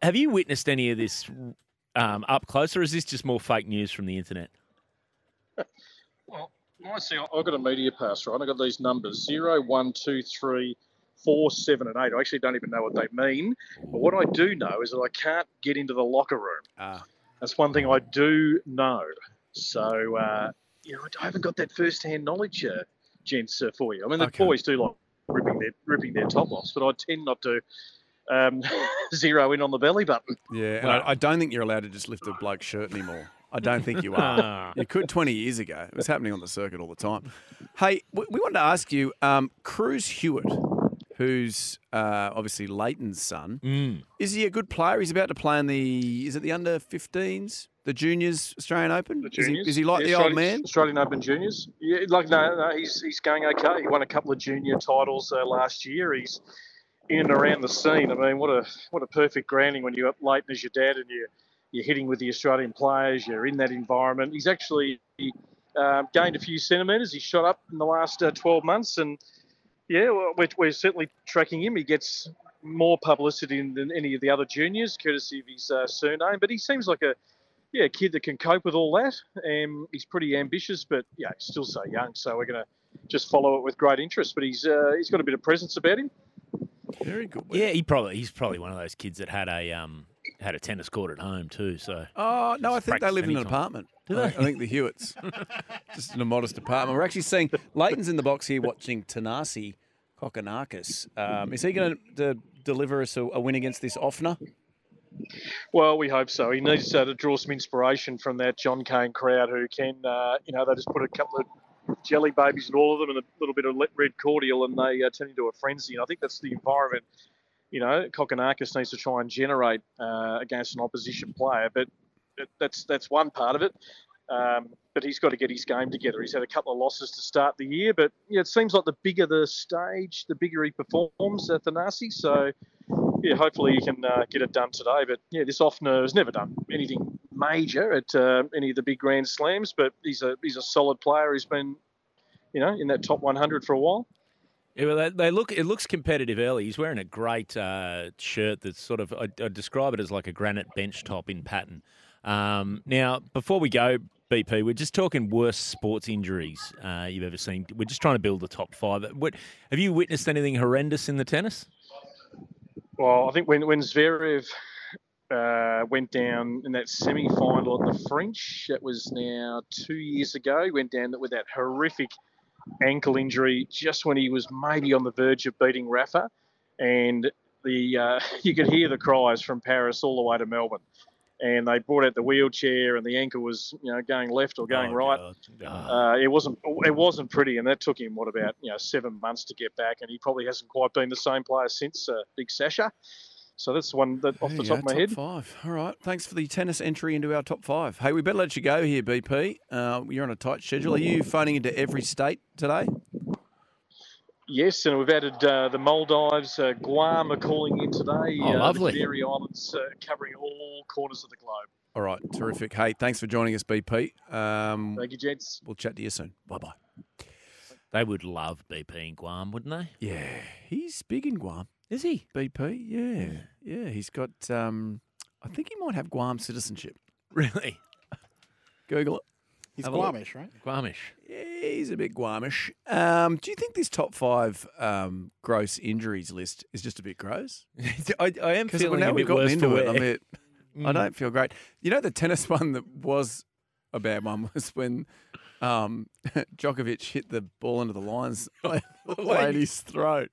B: Have you witnessed any of this um, up close, or is this just more fake news from the internet?
F: Well, I see. I've got a media pass, right? I've got these numbers zero, one, two, three, four, seven, and 8. I actually don't even know what they mean. But what I do know is that I can't get into the locker room.
C: Ah.
F: That's one thing I do know. So, uh, you know, I haven't got that first-hand knowledge, uh, gents, uh, for you. I mean, the
C: Okay.
F: boys do like ripping their ripping their top offs, but I tend not to um, zero in on the belly button.
C: Yeah, and
B: Well-
C: I, I don't think you're allowed to just lift a bloke's shirt anymore. I don't think you are.
B: Ah.
C: you could 20 years ago. It was happening on the circuit all the time. Hey, we, we wanted to ask you, um, Cruz Hewitt who's uh, obviously Leighton's son.
B: Mm.
C: Is he a good player? He's about to play in the is it the under 15s, the juniors Australian Open?
F: The
C: Is he-
F: juniors.
C: Is, he, like
F: Yeah,
C: the old
F: Australian-
C: man?
F: Australian Open juniors. Yeah, like no, no, he's he's going okay. He won a couple of junior titles uh, last year. He's in and around the scene. I mean, what a what a perfect grounding when you're up late as your dad and you you're hitting with the Australian players. You're in that environment. He's actually um, gained a few centimetres. He shot up in the last uh, 12 months, and yeah, well, we're, we're certainly tracking him. He gets more publicity than any of the other juniors, courtesy of his uh, surname. But he seems like a yeah, a kid that can cope with all that. Um, he's pretty ambitious, but yeah, he's still so young. So we're going to just follow it with great interest. But he's uh, he's got a bit of presence about him.
C: Very good.
B: Yeah, he probably he's probably one of those kids that had a um had a tennis court at home too. So
C: Oh no, I
B: Just
C: think they
B: practice
C: live in an
B: anytime.
C: apartment. Do they? I think the Hewitts, just in a modest apartment. We're actually seeing Leighton's in the box here watching Tanasi Kokonakis. Um, is he going to deliver us a, a win against this Offner?
F: Well, we hope so. He needs uh, to draw some inspiration from that John Cain crowd who can, uh, you know, they just put a couple of jelly babies in all of them and a little bit of le- red cordial and they uh, turn into a frenzy. And I think that's the environment, you know, Kokonakis needs to try and generate uh, against an opposition player. But that- that's that's one part of it. Um, but he's got to get his game together. He's had a couple of losses to start the year, but yeah, it seems like the bigger the stage, the bigger he performs at Thanasi. So yeah, hopefully he can uh, get it done today. But yeah, this Offner has never done anything major at uh, any of the big Grand Slams, but he's a he's a solid player. He's been you know in that top 100 for a while.
B: Yeah, well, they, they look. It looks competitive early. He's wearing a great uh, shirt that's sort of. I, I describe it as like a granite bench top in pattern. Um, now, before we go, BP, we're just talking worst sports injuries uh, you've ever seen. We're just trying to build the top five. What have you witnessed anything horrendous in the tennis?
F: Well, I think when when Zverev uh, went down in that semi-final at the French, that was now two years ago. He went down with that horrific ankle injury just when he was maybe on the verge of beating Rafa, and the uh, you could hear the cries from Paris all the way to Melbourne. And they brought out the wheelchair, and the ankle was, you know, going left or going
B: Oh,
F: right.
B: God. Oh.
F: Uh, it wasn't it wasn't pretty, and that took him what about you know seven months to get back, and he probably hasn't quite been the same player since uh, Big Sasha. So that's one that off the top of my head.
C: five. All right. Thanks for the tennis entry into our top five. Hey, we better let you go here, BP. Uh, you're on a tight schedule. Are you phoning into every state today?
F: Yes, and we've added uh, the Maldives, uh, Guam are calling in today.
B: Oh,
F: uh,
B: lovely.
F: The Canary Islands uh, covering all corners of the globe.
C: All right. Terrific. Hey, thanks for joining us, BP. Um,
F: Thank you, gents.
C: we'll chat to you soon. Bye bye.
B: They would love BP in Guam, wouldn't they?
C: Yeah, he's big in Guam.
B: Is he?
C: BP, yeah, yeah. He's got. Um, I think he might have Guam citizenship.
B: Really?
C: Google it.
D: He's
C: Have a look.
D: Guamish, right?
B: Guamish.
C: Yeah, he's a bit Guamish. Um, do you think this top five um, gross injuries list is just a bit gross?
B: I, I am
C: Because
B: feeling
C: now
B: a
C: we've
B: bit
C: gotten
B: worse
C: into
B: for
C: it,
B: wear. Mm.
C: I mean, I don't feel great. You know, the tennis one that was a bad one was when um, Djokovic hit the ball into the lines in his throat.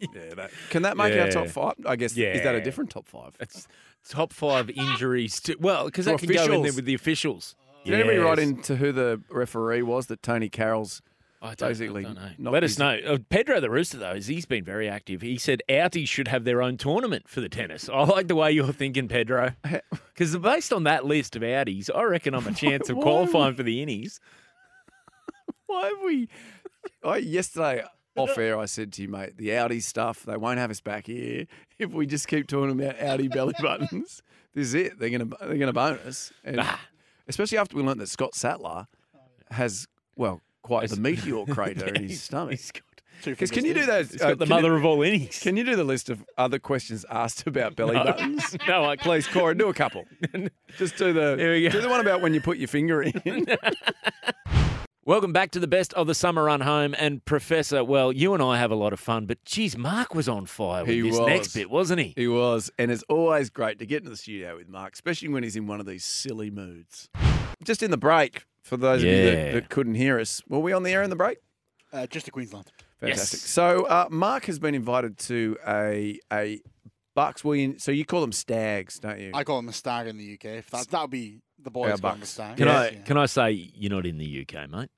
C: Yeah, that, can that make our top
B: Yeah.
C: five? I guess is that a
B: Yeah.
C: different top five?
B: It's top five injuries to well, because
C: For
B: that can go in there
C: officials.
B: with the officials.
C: Did anybody write
B: Yes.
C: into who the referee was that Tony Carroll's
B: I don't,
C: basically
B: I don't know.
C: knocked
B: Let us
C: his-
B: know. Uh, Pedro the Rooster, though, is he's been very active. He said outies should have their own tournament for the tennis. I like the way you're thinking, Pedro. Because based on that list of outies, I reckon I'm a chance of
C: Why
B: qualifying for the innies.
C: Why have we? I, yesterday off air, I said to you, mate, the Audi stuff, they won't have us back here if we just keep talking about Audi belly buttons. This is it. They're gonna they're gonna bone us, and especially after we learnt that Scott Sattler
B: Oh,
C: has well quite the meteor crater in his stomach.
B: He's got,
D: Two
C: Because
D: fingers
C: can you
D: deep.
C: do those?
B: he's got
C: uh,
B: the
C: can you-
B: mother of all innies.
C: can you do the list of other questions asked about belly buttons?
B: no, I
C: Please, Cora, do a couple. Just do the
B: Here we go.
C: do the one about when you put your finger in.
B: Welcome back to the best of the summer run home. And Professor, well, you and I have a lot of fun, but geez, Mark was on fire with
C: He
B: this next
C: was.
B: bit, wasn't he?
C: He was, and it's always great to get into the studio with Mark, especially when he's in one of these silly moods. Just in the break, for those of you
B: Yeah.
C: that, that couldn't hear us, were we on the air in the break?
D: Uh, just to Queensland.
C: Fantastic.
B: Yes.
C: So uh, Mark has been invited to a a Bucks William. So you call them stags, don't you?
D: I call him a stag in the UK. If that that would be the boys
C: Our
D: call him a
C: bucks.
D: stag.
B: Can
D: Yeah.
B: I can I say you're not in the UK, mate?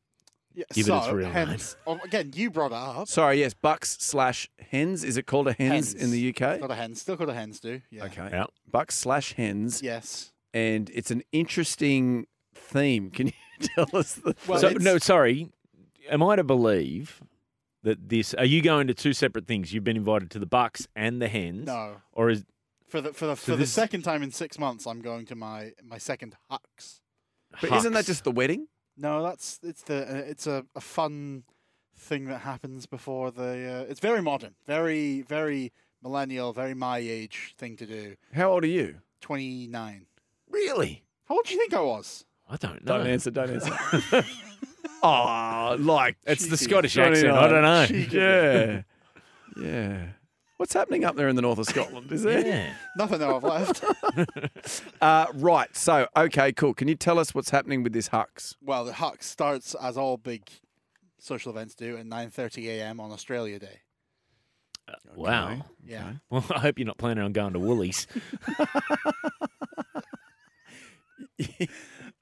D: Yeah,
B: Give it
D: so,
B: its real name.
D: hence, oh, again, you brought it up.
C: Sorry, yes, bucks slash hens. Is it called a hens, in the UK?
D: Got a hen. Still got a hens, do. Yeah.
C: Okay.
B: Yeah.
C: Bucks slash hens,
D: Yes.
C: and it's an interesting theme. Can you tell us the?
D: Well,
B: so
D: it's-
B: no, sorry. Am I to believe that this? Are you going to two separate things? You've been invited to the Bucks and the Hens,
D: No.
B: or is
D: For the for the
B: So
D: for the
B: this-
D: second time in six months, I'm going to my my second Hux.
C: but isn't that
B: Hucks?
C: just the wedding?
D: No, that's it's the uh, it's a, a fun thing that happens before the. Uh, it's very modern, very very millennial, very my age thing to do.
C: How old are you?
D: Twenty nine.
B: really?
D: How old do you think I was?
B: I don't know.
C: Don't answer. oh, like
B: It's the
D: Cheeky.
B: Scottish accent.
C: uh,
B: I don't know.
C: Yeah, yeah. What's happening up there in the north of Scotland? Is there?
B: Yeah.
D: Nothing now I've left.
C: Uh, right. So, okay, cool. Can you tell us what's happening with this Hux?
D: well, the Hux starts as all big social events do at nine thirty a.m. on Australia Day.
B: Wow.
D: Yeah.
B: Well, I hope you're not planning on going to Woolies.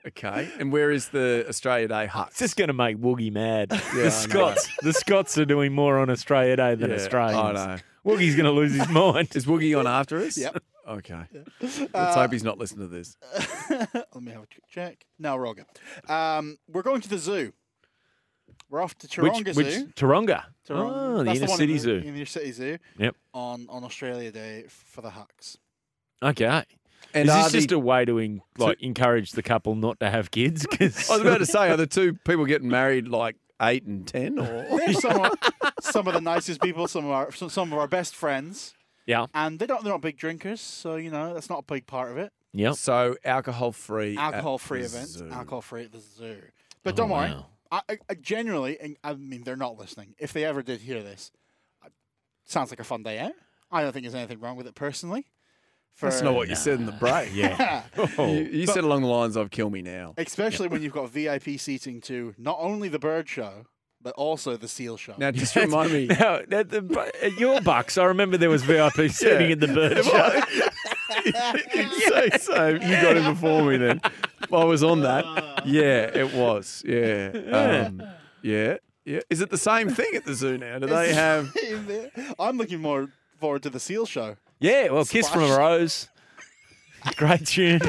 C: Okay. And where is the Australia Day
B: It's
C: Hux?
B: just going to make Woogie mad.
C: I know.
B: the Scots, the Scots are doing more on Australia Day than
C: Yeah,
B: Australians.
C: I know.
B: Woogie's going to lose his mind.
C: Is Woogie on after us?
D: Yep.
C: Okay. Let's
D: Uh,
C: hope he's not listening to this.
D: Let me have a quick check. No, we're all good. Um, we're going to the zoo. We're off to
B: Which-
D: Taronga
B: which,
D: Zoo.
B: Taronga.
D: Taronga-
B: Oh, the
D: that's
B: inner
D: one
B: city
D: in
B: zoo.
D: Inner city zoo.
B: Yep.
D: On on Australia Day f- for the Hux.
B: Okay.
C: And
B: Is
C: are
B: this just
C: the-
B: a way to en- like encourage the couple not to have kids? Because
C: I was about to say, are the two people getting married like eight and ten, or
D: They're some, of, some of the nicest people. Some of our some, some of our best friends.
B: yeah,
D: And they don't they're not big drinkers, so you know that's not a big part of it.
B: yeah.
C: so alcohol free?
D: Alcohol free events. Alcohol free at the zoo. But don't worry.
B: Oh, wow.
D: I, I, I generally, and I mean, they're not listening. If they ever did hear this, I- sounds like a fun day out. I don't think there's anything wrong with it personally. For,
C: That's not what you said in the break.
B: Yeah.
C: You,
B: Oh,
C: you said along the lines of "kill me now."
D: Especially when you've got VIP seating to not only the bird show, but also the seal show.
C: Now, just remind me.
B: now, at, the, bu- at your bucks, I remember there was VIP sitting in the bird show.
C: so, so you got it before me then. I was on that. Yeah, it was. Yeah. Um, yeah. Yeah. Is it the same thing at the zoo now? Do they have
D: I'm looking more forward to the seal show.
B: Yeah, well, Kiss from a
D: Splash.
B: Rose. Great tune.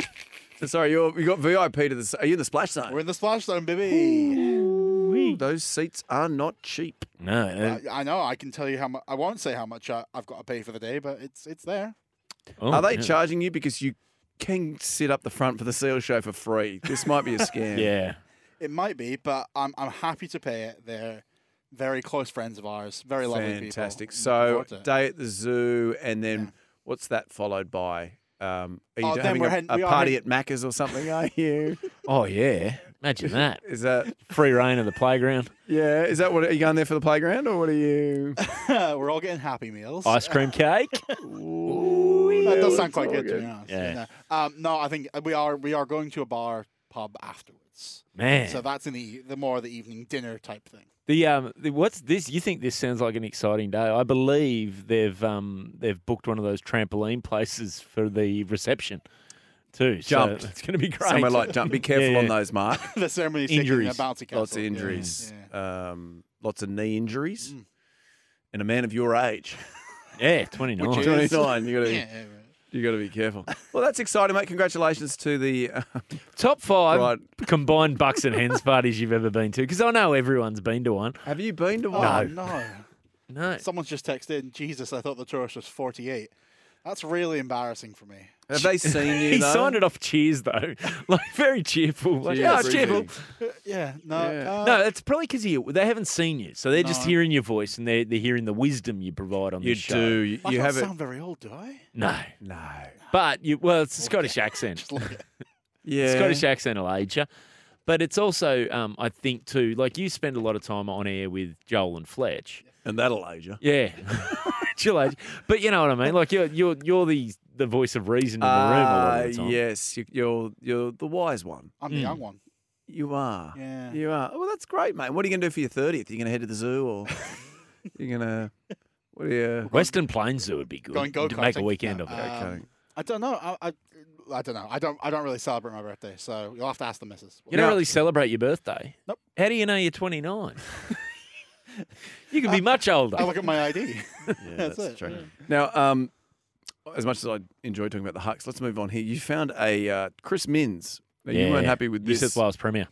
C: sorry, you're you got VIP to the s- are you in the splash zone?
D: We're in the splash zone, baby.
C: Those seats are not cheap.
B: No, uh,
D: I, I know. I can tell you how much. I won't say how much I, I've got to pay for the day, but it's it's there.
B: oh,
C: are they
B: yeah.
C: charging you because you can sit up the front for the seal show for free? This might be a scam.
B: Yeah.
D: It might be, but I'm I'm happy to pay it. They're very close friends of ours. Very lovely people.
C: Fantastic.
D: Looking
C: So
D: forward to it.
C: day at the zoo and then
D: Yeah.
C: what's that followed by? Um, are you
D: Oh,
C: having
D: then we're
C: a,
D: heading-
C: a
D: we are
C: party at Macca's or something? Are you?
B: Oh, yeah. Imagine that.
C: Is that
B: Free reign of the playground,
C: yeah? Is that what are you going there for the playground or what are you?
D: we're all getting happy meals.
B: ice cream cake.
D: that does
C: Yeah,
D: sound quite
C: it's
D: good,
C: all
D: to be honest.
B: Yeah.
D: No. Um, no, I think we are we are going to a bar pub afterwards.
B: Man.
C: Eh.
D: So that's in the e- the more the evening dinner type thing.
B: The um, the, what's this? You think this sounds like an exciting day? I believe they've um, they've booked one of those trampoline places for the reception, too.
C: Jumped.
B: So it's going to be great.
C: Somewhere like jump. Be careful
B: Yeah.
C: on those, Mark.
D: the ceremony is
B: Injuries.
D: about to cancel.
C: Lots of
D: Yeah.
C: injuries.
D: Yeah.
C: Um, lots of knee injuries.
D: Mm.
C: And a man of your age,
B: yeah, twenty
D: Would
B: nine.
D: you-
C: twenty
D: Yes.
C: nine. You got to
D: Yeah, right.
C: you got to be careful. Well, that's exciting, mate. Congratulations to the uh,
B: Top five
C: Right.
B: combined bucks and hens parties you've ever been to? Because I know everyone's been to one.
C: Have you been to
D: Oh
C: one?
D: no.
B: No,
D: Someone's just texted in, Jesus, I thought the tourist was forty eight. That's really embarrassing for me.
C: Have they seen you?
B: he
C: though?
B: signed it off Cheers though, like very cheerful. Like,
C: Yeah,
B: yeah, it's cheerful.
C: breezy.
D: Yeah, no.
C: Yeah.
D: uh,
B: No, it's probably because they haven't seen you, so they're just
D: No.
B: hearing your voice and they're they're hearing the wisdom you provide on
C: You
B: this show.
C: do. You,
D: I
C: you
D: don't
C: have it.
D: sound very old, do I?
B: No,
C: No.
B: but you well, it's a Scottish accent.
D: Just look at
C: Yeah.
B: Scottish accent will age you. But it's also, um, I think, too, like you spend a lot of time on air with Joel and Fletch.
C: And that'll age you.
B: Yeah. She'll age. But you know what I mean? Like you're you're you're the the voice of reason in the room a lot
C: Uh,
B: of the time.
C: yes, you, you're you're the wise one.
D: I'm the young one.
C: You are.
D: Yeah.
C: Hmm. You are. Well, that's great, mate. What are you going to do for your 30th? Are you going to head to the zoo or you're going to. What are you.
B: Western Plains Zoo would be good.
D: Going
B: to make a
D: go-karting?
B: weekend
D: No,
B: of it.
D: uh,
C: Okay.
D: I don't know. I, I I don't know. I don't. I don't really celebrate my birthday, so you'll have to ask the missus.
B: You don't really celebrate your birthday.
D: Nope.
B: How do you know you're 29? you could be much older.
D: I Oh, look at my ID.
C: that's,
D: That's it,
C: true. Now, um, as much as I enjoy talking about the Hucks, let's move on here. You found a uh, Chris Minns. Now, You weren't happy with
B: New
C: this.
B: South Wales Premier.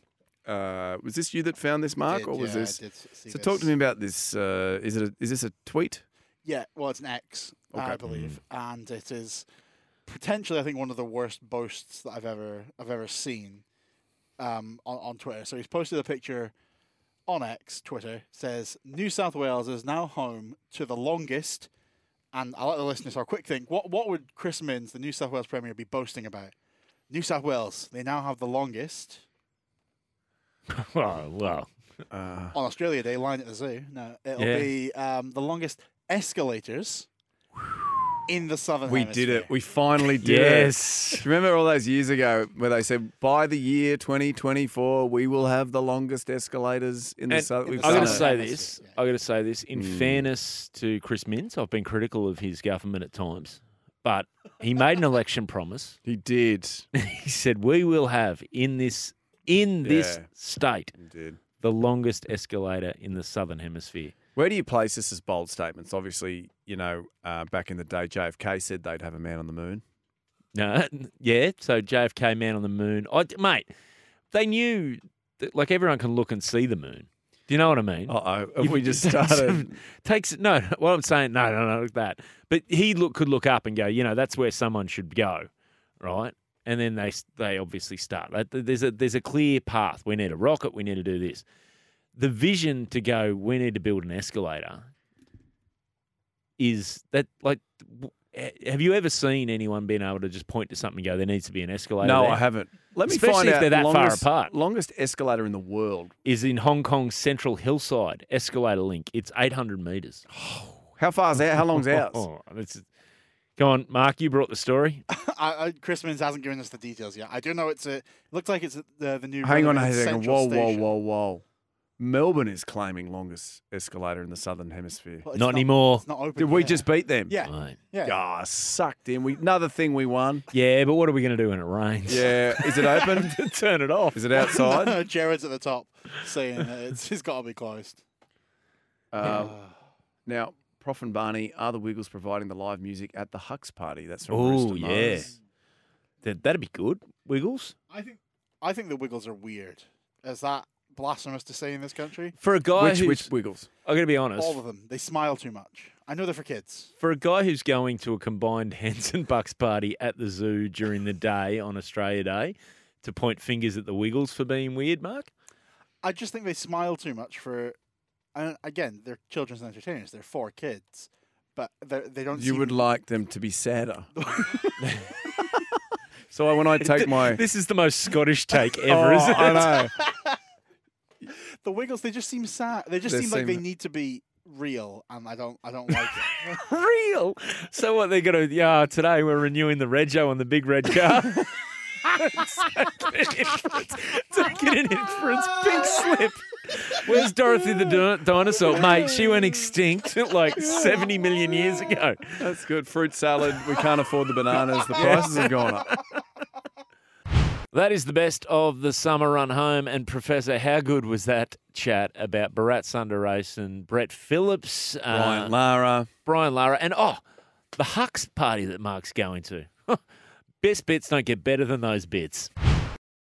C: Uh, was this you that found this, Mark,
D: Did-
C: or was
D: yeah, I
C: this?
D: did see
C: So talk
D: this.
C: to me about this. Uh, is it? A, is this a tweet?
D: Yeah, well, it's an X, I
C: Okay.
D: believe, and it is potentially, I think, one of the worst boasts that I've ever I've ever seen um, on on Twitter. So he's posted a picture on X Twitter says New South Wales is now home to the longest. And I'll let the listeners have a quick think. What what would Chris Minns, the New South Wales Premier, be boasting about? New South Wales, they now have the longest
B: Oh, well.
C: Uh,
D: on Australia Day line at the zoo. No, it'll
B: Yeah.
D: be um, the longest escalators in the southern.
C: we
D: hemisphere.
C: did it. We finally did it.
B: Yes.
C: Remember all those years ago where they said by the year 2024 we will have the longest escalators in the
B: And
C: south.
D: in
C: We've
D: the
B: i got
C: done
B: to
D: Southern
C: it.
B: say
D: Hemisphere,
B: this.
D: yeah.
B: i got to say this. In
C: Mm.
B: fairness to Chris Minns, I've been critical of his government at times, but he made an election promise.
C: He did.
B: He said, "We will have in this in this
C: Yeah.
B: state
C: He did.
B: the longest escalator in the southern hemisphere."
C: Where do you place this as bold statements? Obviously, you know, uh, back in the day, JFK said they'd have a man on the moon.
B: No, yeah. So JFK, man on the moon. I, mate, they knew. That, like everyone can look and see the moon. Do you know what I mean?
C: Uh oh,
B: If
C: we just
B: takes-
C: started.
B: takes it. No, no, what I'm saying, no, no, no, look at that. But he look could look up and go, you know, that's where someone should go, right? And then they s- they obviously start. Like, th- There's a there's a clear path. We need a rocket. We need to do this. The vision to go. We need to build an escalator. Is that like? w- ha- Have you ever seen anyone being able to just point to something and go, there needs to be an escalator?
C: No,
B: there?
C: I haven't. Let me
B: Especially
C: find
B: if
C: out.
B: they're that far
C: longest,
B: apart.
C: Longest escalator in the world.
B: Is in Hong Kong's Central Hillside Escalator Link. It's 800 meters.
C: How far's out? How long's ours?
B: Oh, that's- Go on, Mark. You brought the story.
D: I, I, Chris Minns hasn't given us the details yet. I do know it's a. It looks like it's at the the new.
C: Hang on a
D: Riverhead
C: second.
D: Central
C: Whoa, whoa,
D: Station.
C: whoa, whoa. Melbourne is claiming longest escalator in the southern hemisphere.
D: Well,
B: Not,
D: it's
B: anymore.
D: It's not open.
C: Did we
D: yet.
C: just beat them?
D: Yeah,
B: Right.
D: yeah.
C: Ah, sucked in. We another thing we won.
B: Yeah, but what are we going to do when it rains?
C: Yeah. Is it open?
B: Turn it off.
C: Is it outside?
D: Jared's at the top saying that it's, it's got to be closed.
C: um, now, Prof and Barney are the Wiggles providing the live music at the Hucks party. That's from
B: Oh,
C: Rooster
B: yeah.
C: Mars.
B: That, that'd be good. Wiggles
D: I think I think the Wiggles are weird. Is that blasphemous to say in this country?
B: for a guy
C: Which
B: who's.
C: which Wiggles?
B: I'm going to be honest.
D: All of them. They smile too much. I know they're for kids.
B: For a guy who's going to a combined hens and bucks party at the zoo during the day on Australia Day, to point fingers at the Wiggles for being weird, Mark.
D: I just think they smile too much for. And again, they're children's entertainers. They're for kids, but they they don't.
C: You
D: seem-
C: would like them to be sadder. so I, when I take my
B: This is the most Scottish take
C: Oh,
B: ever, isn't it?
C: I know.
D: The Wiggles, they just seem sad. They just
C: They
D: seem, like they
C: seem-
D: need to be real, and I don't, I don't like it.
B: real. So what they're gonna yeah, today we're renewing the rego on the big red car. Taking an inference, pink slip. Where's Dorothy the di- dinosaur, mate? She went extinct like 70 million years ago.
C: That's good. Fruit salad. We can't afford the bananas. The prices have gone up.
B: That is the best of the summer run home. And Professor, how good was that chat about Bharat Sundaraisen, Brett Phillips,
C: Ryan
B: uh,
C: Lara.
B: Brian Lara, and oh, the Hucks party that Mark's going to. Best bits don't get better than those bits.